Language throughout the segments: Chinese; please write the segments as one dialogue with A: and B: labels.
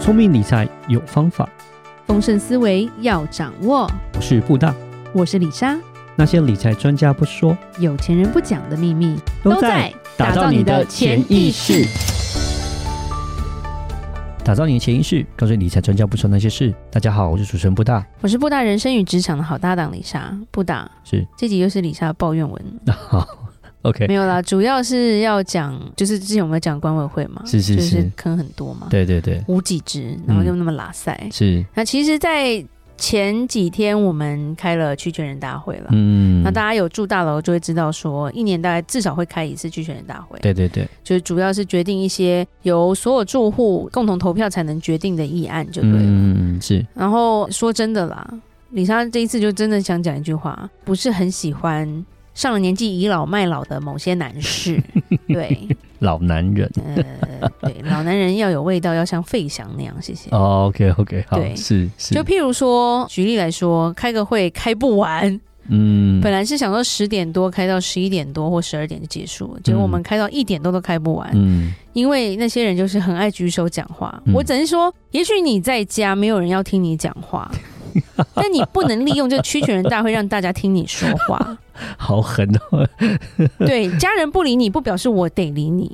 A: 聪明理财有方法，
B: 丰盛思维要掌握。
A: 我是布大。
B: 我是李莎，
A: 那些理财专家不说，
B: 有钱人不讲的秘密
A: 打造你的潜意识。，打造你的潜意识，告诉你理财专家不说那些事。大家好，我是主持人布大。
B: 我是布大人生与职场的好搭档李莎。布大
A: 是
B: 这集又是李莎的抱怨文，
A: 好，OK，
B: 没有啦，主要是要讲，就是之前我们有讲管委会嘛，
A: 是是
B: 就是是坑很多嘛，
A: 对对嗯对，
B: 无几只，然后又那么拉塞。
A: 是，
B: 那其实，在前几天我们开了区权人大会了。
A: 嗯
B: 那大家有住大楼就会知道说一年大概至少会开一次区权人大会。
A: 对对对，
B: 就是主要是决定一些由所有住户共同投票才能决定的议案，就对了。
A: 嗯，是，
B: 然后说真的啦，李莎这一次就真的想讲一句话，不是很喜欢上了年纪倚老卖老的某些男士。 对，
A: 老男人。
B: 呃，对，老男人要有味道，要像费翔那样，谢谢。
A: 哦，OK，OK，好，
B: 对
A: 是是，
B: 就譬如说，举例来说，开个会开不完，
A: 嗯，
B: 本来是想说十点多开到十一点多或十二点就结束了，结果我们开到一点多都开不完。
A: 嗯
B: 因为那些人就是很爱举手讲话。
A: 嗯
B: 我只能说，也许你在家没有人要听你讲 话，但你不能利用这个区权人大会让大家听你说 话。
A: 好狠哦，
B: 对，家人不理你不表示我得 理你。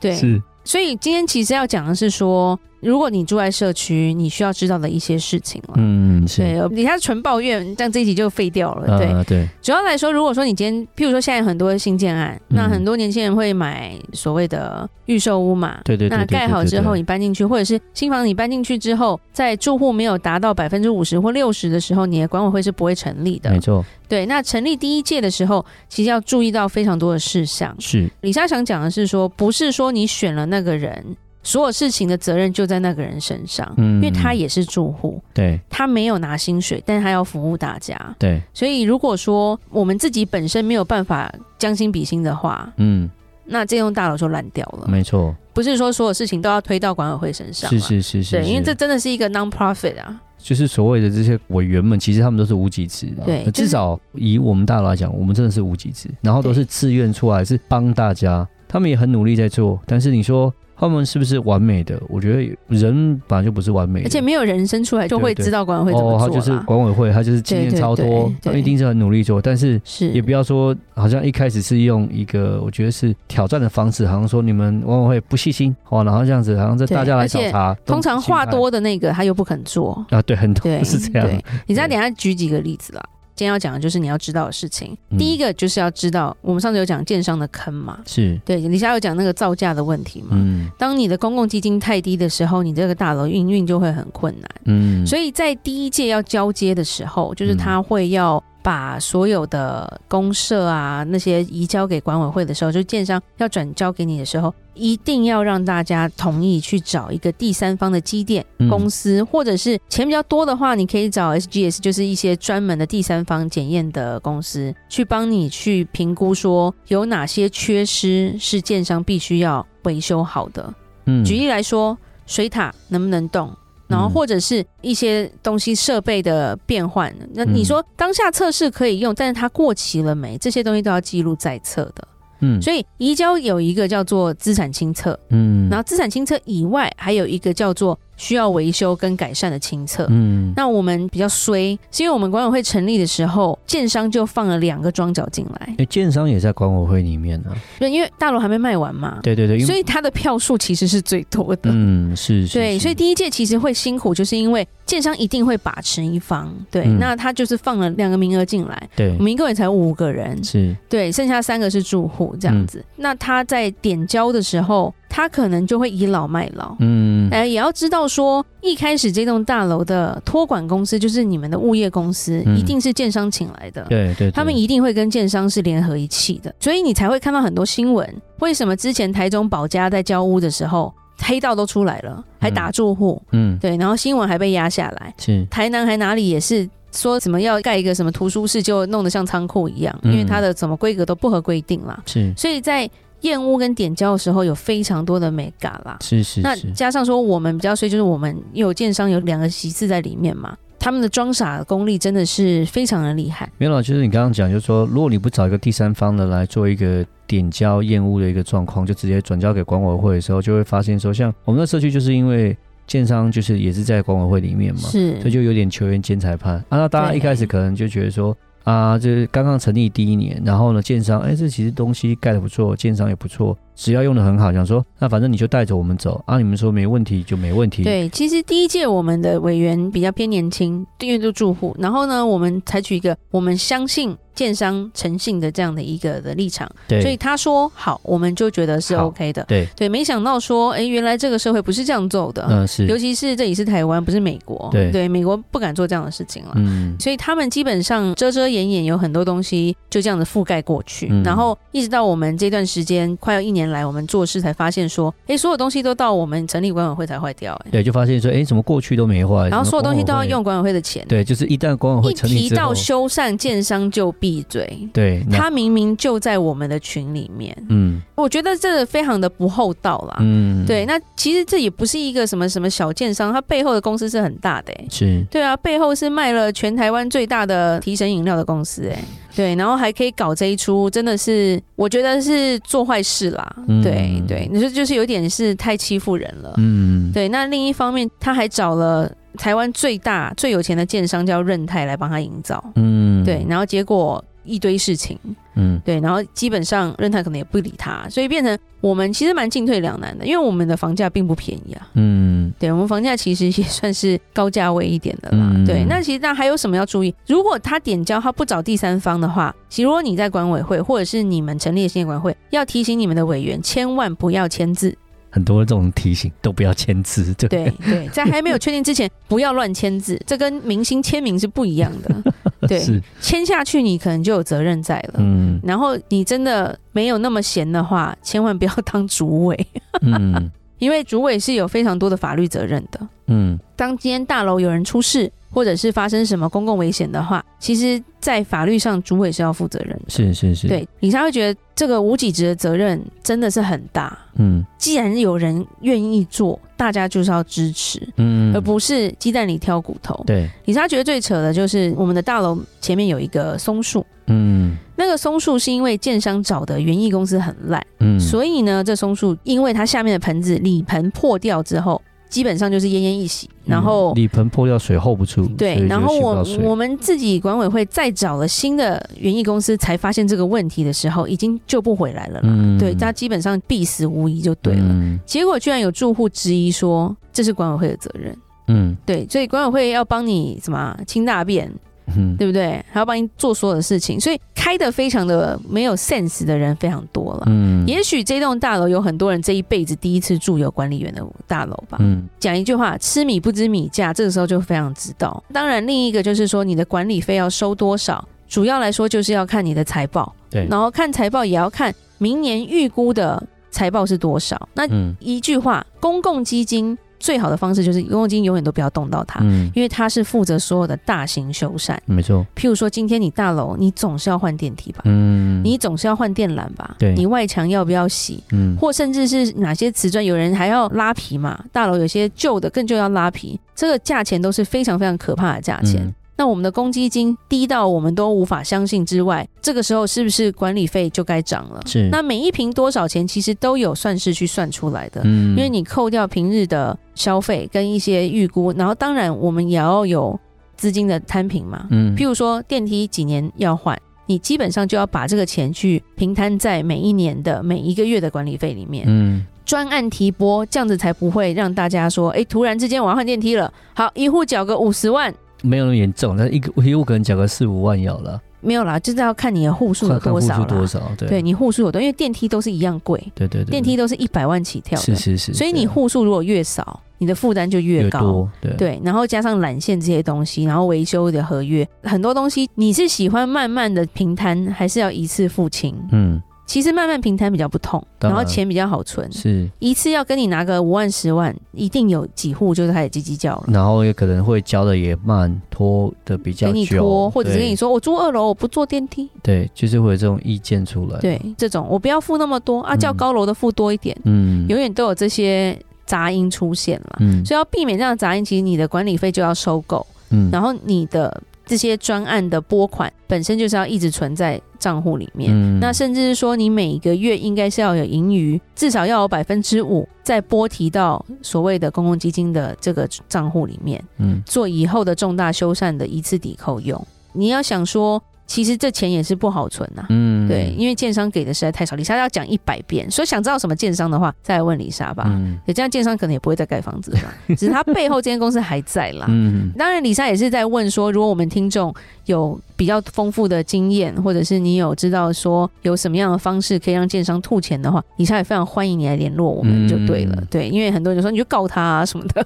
B: 对，
A: 是，
B: 所以今天其实要讲的是说，如果你住在社区，你需要知道的一些事情了。
A: 嗯是，
B: 对，哦你下纯抱怨，但这一集就废掉了。对，
A: 啊对，
B: 主要来说，如果说你今天，譬如说现在很多新建案，那
A: 嗯
B: 很多年轻人会买所谓的预售屋嘛，
A: 对对对
B: 那
A: 对
B: 盖
A: 对
B: 好
A: 对
B: 之
A: 对
B: 后，你搬进去，或者是新房你搬进去之后，在住户没有达到百分之五十或六十的时候，你的管委会是不会成立
A: 没
B: 的。
A: 错，
B: 对，那成立第一届的时候，其实要注意到非常多的事项。
A: 是，
B: 李莎想讲的是说，不是说你选了那个人，所有事情的责任就在那个人身上，
A: 嗯
B: 因为他也是住户，
A: 对
B: 他没有拿薪水，但他要服务大家。
A: 对，
B: 所以，如果说我们自己本身没有办法将心比心的话，
A: 嗯，
B: 那这栋大楼就烂掉了。
A: 没错，
B: 不是说所有事情都要推到管委会身上啊，
A: 是是是是，
B: 对，因为
A: 是
B: 这真的是一个 non-profit 啊，
A: 就是所谓的这些委员们，其实他们都是无给职的。呃
B: 对就是
A: 至少以我们大佬来讲，我们真的是无给职，然后都是自愿出来，是帮大家，他们也很努力在做。但是你说他们是不是完美的？我觉得人本来就不是完美的，
B: 而且没有人生出来就会
A: 对对
B: 知道管委会怎
A: 哦，
B: 么
A: 他
B: 做
A: 就是
B: 啦。
A: 管委会，他就是经验
B: 对对
A: 超多
B: 对，对
A: 他一定是很努力做，但是。
B: 是
A: 也不要说，好像一开始是用一个我觉得是挑战的方式，好像说你们管委会不细心哦，然后这样子，好像这
B: 对
A: 大家来
B: 而
A: 找
B: 且
A: 茬。
B: 通常话
A: 心态
B: 多的那个他又不肯 做，
A: 啊，对，很
B: 对，
A: 多是这样
B: 对。，你再等一下举几个例子啦。今天要讲的就是你要知道的事情。
A: 嗯
B: 第一个就是要知道，我们上次有讲建商的坑嘛，
A: 是，
B: 对，李莎有讲那个造价的问题嘛。
A: 嗯
B: 当你的公共基金太低的时候，你这个大楼营运就会很困难。
A: 嗯，
B: 所以在第一届要交接的时候，就是他会要把所有的公社啊那些移交给管委会的时候，就建商要转交给你的时候，一定要让大家同意去找一个第三方的机电
A: 嗯
B: 公司，或者是钱比较多的话，你可以找 SGS，就是一些专门的第三方检验的公司，去帮你去评估说有哪些缺失是建商必须要维修好的。
A: 嗯
B: 举例来说，水塔能不能动？然后
A: 嗯
B: 或者是一些东西设备的变换，那
A: 嗯
B: 你说当下测试可以用，但是它过期了没？这些东西都要记录在册的。
A: 嗯
B: 所以移交有一个叫做资产清册，
A: 嗯，后
B: 然后资产清册以外还有一个叫做需要维修跟改善的清册。
A: 嗯，
B: 那我们比较衰，是因为我们管委会成立的时候，建商就放了两个庄脚进来，
A: 诶建商也在管委会里面啊，
B: 对，因为大楼还没卖完嘛，
A: 对对对，因
B: 所
A: 为
B: 以它的票数其实是最多的。
A: 嗯是，是
B: 对，
A: 是
B: 所以第一届其实会辛苦，就是因为建商一定会把持一方。对，
A: 嗯
B: 那他就是放了两个名额进来，
A: 对
B: 我们一共也才五个人，
A: 是
B: 对，剩下三个是住户
A: 嗯
B: 这样子。那他在点交的时候，他可能就会倚老卖老。
A: 嗯
B: 哎，也要知道说，一开始这栋大楼的托管公司就是你们的物业公司，
A: 嗯
B: 一定是建商请来的。
A: 对对，
B: 他们
A: 对
B: 一定会跟建商是联合一起的，所以你才会看到很多新闻。为什么之前台中保家在交屋的时候，黑道都出来了，还打住户？
A: 嗯
B: 对，然后新闻还被压下来。
A: 是
B: 台南还哪里也是说什么要盖一个什么图书室，就弄得像仓库一样，因
A: 嗯
B: 为它的什么规格都不合规定啦。
A: 是
B: 所以在验屋跟点交的时候，有非常多的美嘎啦。
A: 是是
B: 那
A: 是，
B: 加上说我们比较衰，就是我们有建商有两个席次在里面嘛，他们的装傻功力真的是非常的厉害。
A: 没有啦，就是你刚刚讲，就是说如果你不找一个第三方的来做一个。点交厌恶的一个状况，就直接转交给管委会的时候，就会发现说，像我们的社区就是因为建商就是也是在管委会里面嘛，
B: 是
A: 所以就有点球员兼裁判啊。那大家
B: 对
A: 一开始可能就觉得说啊，这刚刚成立第一年，然后呢，建商哎、这其实东西盖的不错，建商也不错，只要用的很好，想说那反正你就带着我们走啊，你们说没问题就没问题。
B: 对，其实第一届我们的委员比较偏年轻，因为都住户。然后呢，我们采取一个我们相信建商诚信的这样的一个的立场，
A: 对
B: 所以他说好，我们就觉得是
A: 好
B: OK 的。
A: 对，
B: 对，没想到说，哎，原来这个社会不是这样做的，
A: 嗯、
B: 尤
A: 是，
B: 其是这里是台湾，不是美国。
A: 对
B: 美国不敢做这样的事情了。
A: 嗯，
B: 所以他们基本上遮遮掩掩，有很多东西就这样子覆盖过去。
A: 嗯
B: 然后一直到我们这段时间快要一年来，我们做事才发现说，哎，所有东西都到我们成立管委会才坏掉、诶
A: 对，就发现说哎、怎么过去都没坏，
B: 然
A: 怎么
B: 后所有东西都
A: 管
B: 要
A: 委会
B: 用管委会的钱。
A: 哦对，就是一旦管委会
B: 一
A: 成立
B: 提
A: 之后
B: 到，修缮建商就闭嘴，
A: 对，那
B: 他明明就在我们的群里面，
A: 嗯
B: 我觉得这非常的不厚道啦。
A: 嗯，
B: 啊对，那其实这也不是一个什么什么小建商，它背后的公司是很大的、欸。
A: 是，
B: 对啊，背后是卖了全台湾最大的提神饮料的公司哎、对，然后还可以搞这一出，真的是我觉得是做坏事啦，
A: 嗯
B: 对对，你说就是有点是太欺负人了，
A: 嗯，
B: 对。那另一方面，他还找了台湾最大最有钱的建商叫润泰来帮他营造，
A: 嗯，
B: 对，，然后结果一堆事情，
A: 嗯
B: 对，然后基本上润泰可能也不理他，所以变成我们其实蛮进退两难的，因为我们的房价并不便宜啊，
A: 嗯
B: 对我们房价其实也算是高价位一点的啦。
A: 嗯
B: 对，那其实那还有什么要注意？如果他点交他不找第三方的话，其实如果你在管委会或者是你们成立的新业管会，要提醒你们的委员千万不要签字。
A: 很多这种提醒都不要签字，对
B: 对对，在还没有确定之前，不要乱签字，这跟明星签名是不一样的。对，
A: 是，
B: 签下去你可能就有责任在了。
A: 嗯
B: 然后你真的没有那么闲的话，千万不要当主委，
A: 嗯
B: 因为主委是有非常多的法律责任的。
A: 嗯
B: 当今天大楼有人出事，或者是发生什么公共危险的话，其实，在法律上主委是要负责任的。
A: 是是是，，
B: 对，李莎会觉得这个无给职的责任真的是很大。
A: 嗯
B: 既然有人愿意做，大家就是要支持，
A: 嗯，
B: 而不是鸡蛋里挑骨头。
A: 对，
B: 李莎觉得最扯的就是我们的大楼前面有一个松树，
A: 嗯
B: 那个松树是因为建商找的园艺公司很烂，
A: 嗯，
B: 所以呢，这松树因为它下面的盆子里盆破掉之后，基本上就是奄奄一息，然
A: 嗯
B: 后
A: 李盆破掉水 hold 不住，所以
B: 对，
A: 就
B: 然后
A: 吸不到
B: 我
A: 水
B: 我们自己管委会再找了新的园艺公司，才发现这个问题的时候，已经救不回来了啦。
A: 嗯
B: 对，它基本上必死无疑就对了。
A: 嗯
B: 结果居然有住户质疑说这是管委会的责任，
A: 嗯
B: 对，所以管委会要帮你什么啊清大便，
A: 嗯，
B: 对不对？还要帮你做所有的事情，所以开的非常的没有 sense 的人非常多了。
A: 嗯
B: 也许这栋大楼有很多人这一辈子第一次住有管理员的大楼吧。
A: 嗯
B: 讲一句话，吃米不知米价，这个时候就非常知道。当然，另一个就是说，你的管理费要收多少，主要来说就是要看你的财报，
A: 对，
B: 然后看财报也要看明年预估的财报是多少。那
A: 嗯
B: 一句话，公共基金最好的方式就是公共基金永远都不要动到它。
A: 嗯，
B: 因为它是负责所有的大型修缮，
A: 没错，
B: 譬如说今天你大楼，你总是要换电梯吧，
A: 嗯
B: 你总是要换电缆吧，
A: 对
B: 你外墙要不要洗，
A: 嗯
B: 或甚至是哪些瓷砖，有人还要拉皮嘛？大楼有些旧的更旧要拉皮，这个价钱都是非常非常可怕的价钱。
A: 嗯
B: 那我们的公积金低到我们都无法相信之外，这个时候是不是管理费就该涨了？
A: 是
B: 那每一瓶多少钱，其实都有算式去算出来的。
A: 嗯，
B: 因为你扣掉平日的消费跟一些预估，然后当然我们也要有资金的摊平嘛。
A: 嗯
B: 譬如说电梯几年要换，你基本上就要把这个钱去平摊在每一年的每一个月的管理费里面。
A: 嗯
B: 专案提拨，这样子才不会让大家说，哎、突然之间我要换电梯了，好，一户缴个五十万，
A: 没有那么严重，但一个一个可能缴个四五万要了，
B: 没有啦，就是要看你的户数有
A: 看看
B: 多
A: 户
B: 少
A: 数
B: 啦。
A: 多少，对
B: 对你户数有多，因为电梯都是一样贵，
A: 对对对，
B: 电梯都是一百万起跳的，
A: 是是是，
B: 所以
A: 对
B: 你户数如果越少，你的负担就越
A: 越
B: 高。
A: 多，对
B: 对，然后加上缆线这些东西，然后维修的合约，很多东西你是喜欢慢慢的平摊，还是要一次付清？
A: 嗯
B: 其实慢慢平摊比较不痛，
A: 当
B: 然
A: 然
B: 后钱比较好存。
A: 是，
B: 一次要跟你拿个五万十万，一定有几户就是开始叽叽叫了，
A: 然后也可能会交的也慢，拖的比较
B: 给
A: 久，
B: 你拖，或者是
A: 对
B: 跟你说我住二楼，我不坐电梯。
A: 对，就是会有这种意见出来，，
B: 对，这种我不要付那么多啊，叫
A: 嗯
B: 高楼的付多一点，啊
A: 嗯，
B: 永远都有这些杂音出现了。
A: 嗯
B: 所以要避免这样的杂音，其实你的管理费就要收购，
A: 嗯
B: 然后你的这些专案的拨款本身就是要一直存在账户里面。
A: 嗯
B: 那甚至是说，你每个月应该是要有盈余，至少要有百分之五再拨提到所谓的公共基金的这个账户里面，
A: 嗯
B: 做以后的重大修缮的一次抵扣用。你要想说，其实这钱也是不好存呐、啊
A: 嗯
B: 对，因为建商给的实在太少，李莎要讲一百遍，所以想知道什么建商的话，再来问李莎吧。
A: 嗯
B: 对，这样建商可能也不会再盖房子了 吧，只是他背后这间公司还在啦。
A: 嗯
B: 当然，李莎也是在问说，如果我们听众有比较丰富的经验，或者是你有知道说有什么样的方式可以让建商吐钱的话，李莎也非常欢迎你来联络我们，就对了。
A: 嗯
B: 对，因为很多人就说你就告他啊什么的，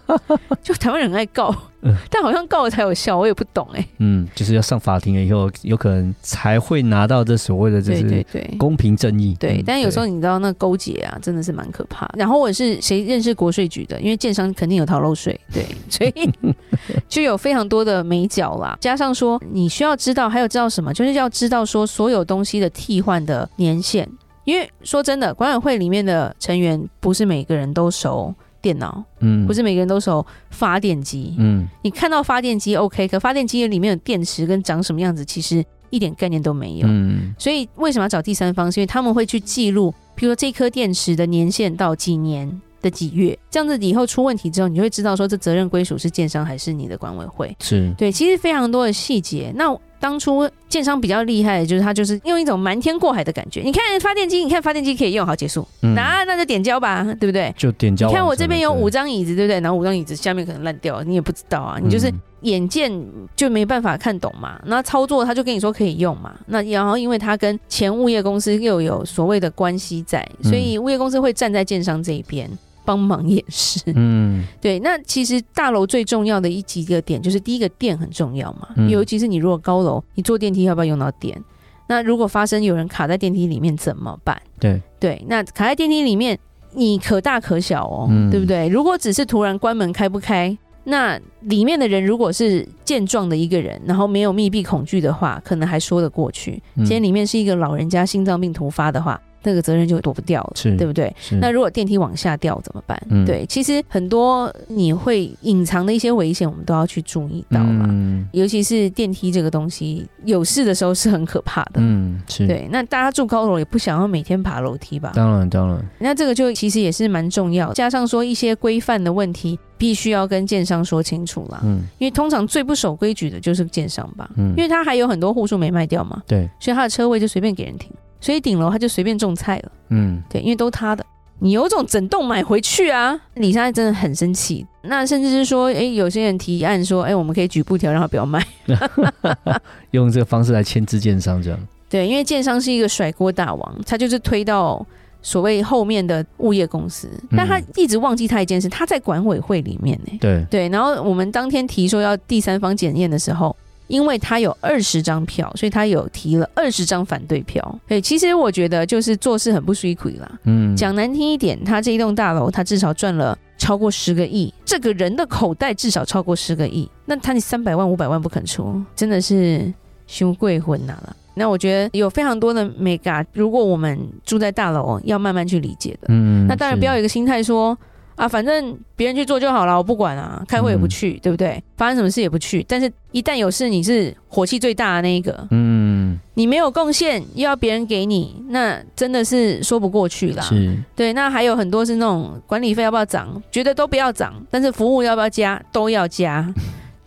B: 就台湾人很爱告
A: 嗯，
B: 但好像告了才有效，我也不懂哎、
A: 嗯，就是要上法庭了以后，有可能才会拿到这所谓的就
B: 对
A: 是
B: 对对。
A: 公平正义。
B: 对
A: 嗯，
B: 但有时候你知道那勾结啊，真的是蛮可怕。然后我也是谁认识国税局的，因为建商肯定有逃漏税，对，所 以就有非常多的美角啦。加上说你需要知道，还有知道什么，就是要知道说所有东西的替换的年限。因为说真的，管委会里面的成员不是每个人都熟电脑，
A: 嗯
B: 不是每个人都熟发电机。
A: 嗯
B: 你看到发电机 OK，可发电机里面有电池跟长什么样子，其实一点概念都没有。
A: 嗯
B: 所以为什么要找第三方？是因为他们会去记录，比如说这颗电池的年限到几年的几月，这样子以后出问题之后，你就会知道说这责任归属是建商还是你的管委会。
A: 是
B: 对，其实非常多的细节。那当初建商比较厉害的就是他就是用一种瞒天过海的感觉。你看发电机，你看发电机可以用，好结束，
A: 嗯
B: 那、那就点交吧，对不对？
A: 就点交
B: 你
A: 完成了。
B: 看我这边有
A: 对，
B: 五张椅子，对不对？然后五张椅子下面可能烂掉了，你也不知道啊，你
A: 嗯
B: 就是眼见就没办法看懂嘛，那操作他就跟你说可以用嘛，那然后因为他跟前物业公司又有所谓的关系在，
A: 嗯
B: 所以物业公司会站在建商这一边帮忙也是。
A: 嗯
B: 对，那其实大楼最重要的一几个点就是第一个电很重要嘛，
A: 嗯
B: 尤其是你如果高楼，你坐电梯要不要用到电？那如果发生有人卡在电梯里面怎么办？
A: 对
B: 对，那卡在电梯里面，你可大可小哦，
A: 嗯
B: 对不对？如果只是突然关门开不开，那里面的人如果是健壮的一个人，然后没有密闭恐惧的话，可能还说得过去。
A: 嗯
B: 今天里面是一个老人家心脏病突发的话，那个责任就躲不掉了，
A: 是
B: 对不对？
A: 是
B: 那如果电梯往下掉怎么办？
A: 嗯
B: 对，其实很多你会隐藏的一些危险，我们都要去注意到啦。
A: 嗯
B: 尤其是电梯这个东西，有事的时候是很可怕的。
A: 嗯是。
B: 对，啊那大家住高楼也不想要每天爬楼梯吧？
A: 当然，当然，
B: 那这个就其实也是蛮重要，加上说一些规范的问题，必须要跟建商说清楚啦。
A: 嗯
B: 因为通常最不守规矩的就是建商吧，
A: 嗯
B: 啊因，为他还有很多户数没卖掉嘛，
A: 对，
B: 所以他的车位就随便给人停，所以顶楼他就随便种菜了。
A: 嗯
B: 对，因为都他的，你有种整栋买回去啊！李莎真的很生气，那甚至是说，诶，有些人提案说，诶，我们可以举布条让他不要卖。
A: 用这个方式来牵制建商，这样，
B: 对，因为建商是一个甩锅大王，他就是推到所谓后面的物业公司，但他一直忘记他一件事，他在管委会里面呢、
A: 对，
B: 对，然后我们当天提说要第三方检验的时候，因为他有二十张票，所以他有提了二十张反对票。对，其实我觉得就是做事很不水亏啦。
A: 嗯，
B: 讲难听一点，他这一栋大楼，他至少赚了超过十个亿，这个人的口袋至少超过十个亿，那他你三百万、五百万不肯出，真的是羞贵魂呐、了。那我觉得有非常多的美感，如果我们住在大楼，要慢慢去理解的。
A: 嗯，
B: 那当然
A: 是
B: 不要有一个心态说啊，反正别人去做就好了，我不管啊，开会也不去，对不对？发生什么事也不去，但是一旦有事，你是火气最大的那一个，
A: 嗯，
B: 你没有贡献又要别人给你，那真的是说不过去啦。
A: 是，
B: 对，那还有很多是那种管理费要不要涨，觉得都不要涨，但是服务要不要加，都要加。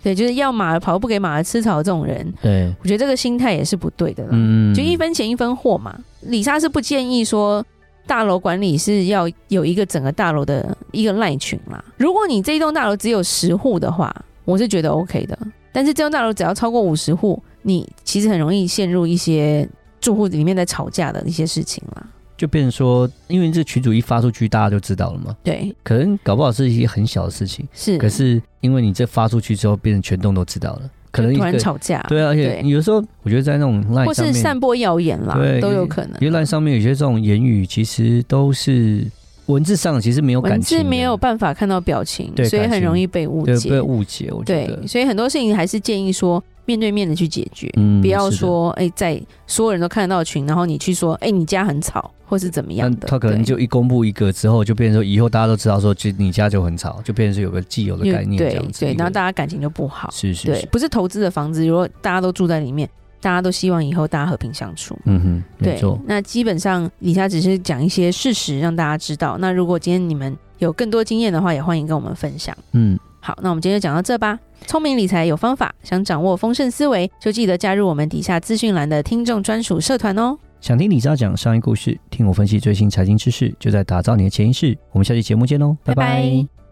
B: 对，就是要马儿跑，不给马儿吃草这种人，
A: 对，
B: 我觉得这个心态也是不对的啦。
A: 嗯，
B: 啊就一分钱一分货嘛。李莎是不建议说大楼管理是要有一个整个大楼的一个赖群啦。如果你这一栋大楼只有十户的话，我是觉得 OK 的。但是这栋大楼只要超过五十户，你其实很容易陷入一些住户里面在吵架的一些事情啦。
A: 就变成说，因为这群主一发出去，大家就知道了嘛。
B: 对，
A: 可能搞不好是一些很小的事情，
B: 是，
A: 可是因为你这发出去之后，变成全栋都知道了，可能一
B: 突
A: 个
B: 然吵架，
A: 对啊，而且
B: 对
A: 有时候我觉得在那种 line
B: 或
A: 上
B: 是
A: 面，
B: 散播谣言啦
A: 对，
B: 都有可能。
A: 因为 line 上面有些这种言语，其实都是文字上其实没有感
B: 文
A: 情
B: 字
A: 的，
B: 没有办法看到表情
A: 对，
B: 所以
A: 感
B: 很
A: 情
B: 容易被误
A: 对
B: 解。
A: 被误解，我觉
B: 对
A: 得，
B: 所以很多事情还是建议说，面对面的去解决，
A: 嗯
B: 不要
A: 是的
B: 说哎、在所有人都看得到的群，然后你去说哎、你家很吵或是怎么样
A: 但
B: 的，
A: 他可能
B: 对
A: 就一公布一个之后，就变成说以后大家都知道说，其实你家就很吵，就变成是有个既有的
B: 因为
A: 概念这
B: 对
A: 样子。
B: 对，
A: 一个
B: 然后大家感情就不好，
A: 是是
B: 对
A: 是，，
B: 不是投资的房子，如果大家都住在里面，大家都希望以后大家和平相处。
A: 嗯哼，没
B: 对
A: 错，，
B: 那基本上以下只是讲一些事实让大家知道。那如果今天你们有更多经验的话，也欢迎跟我们分享。
A: 嗯，
B: 好，那我们今天就讲到这吧。聪明理财有方法，想掌握丰盛思维，就记得加入我们底下资讯栏的听众专属社团哦。
A: 想听李莎讲商业故事，听我分析最新财经知识，就在打造你的潜意识。我们下期节目见喽，拜
B: 拜拜
A: 拜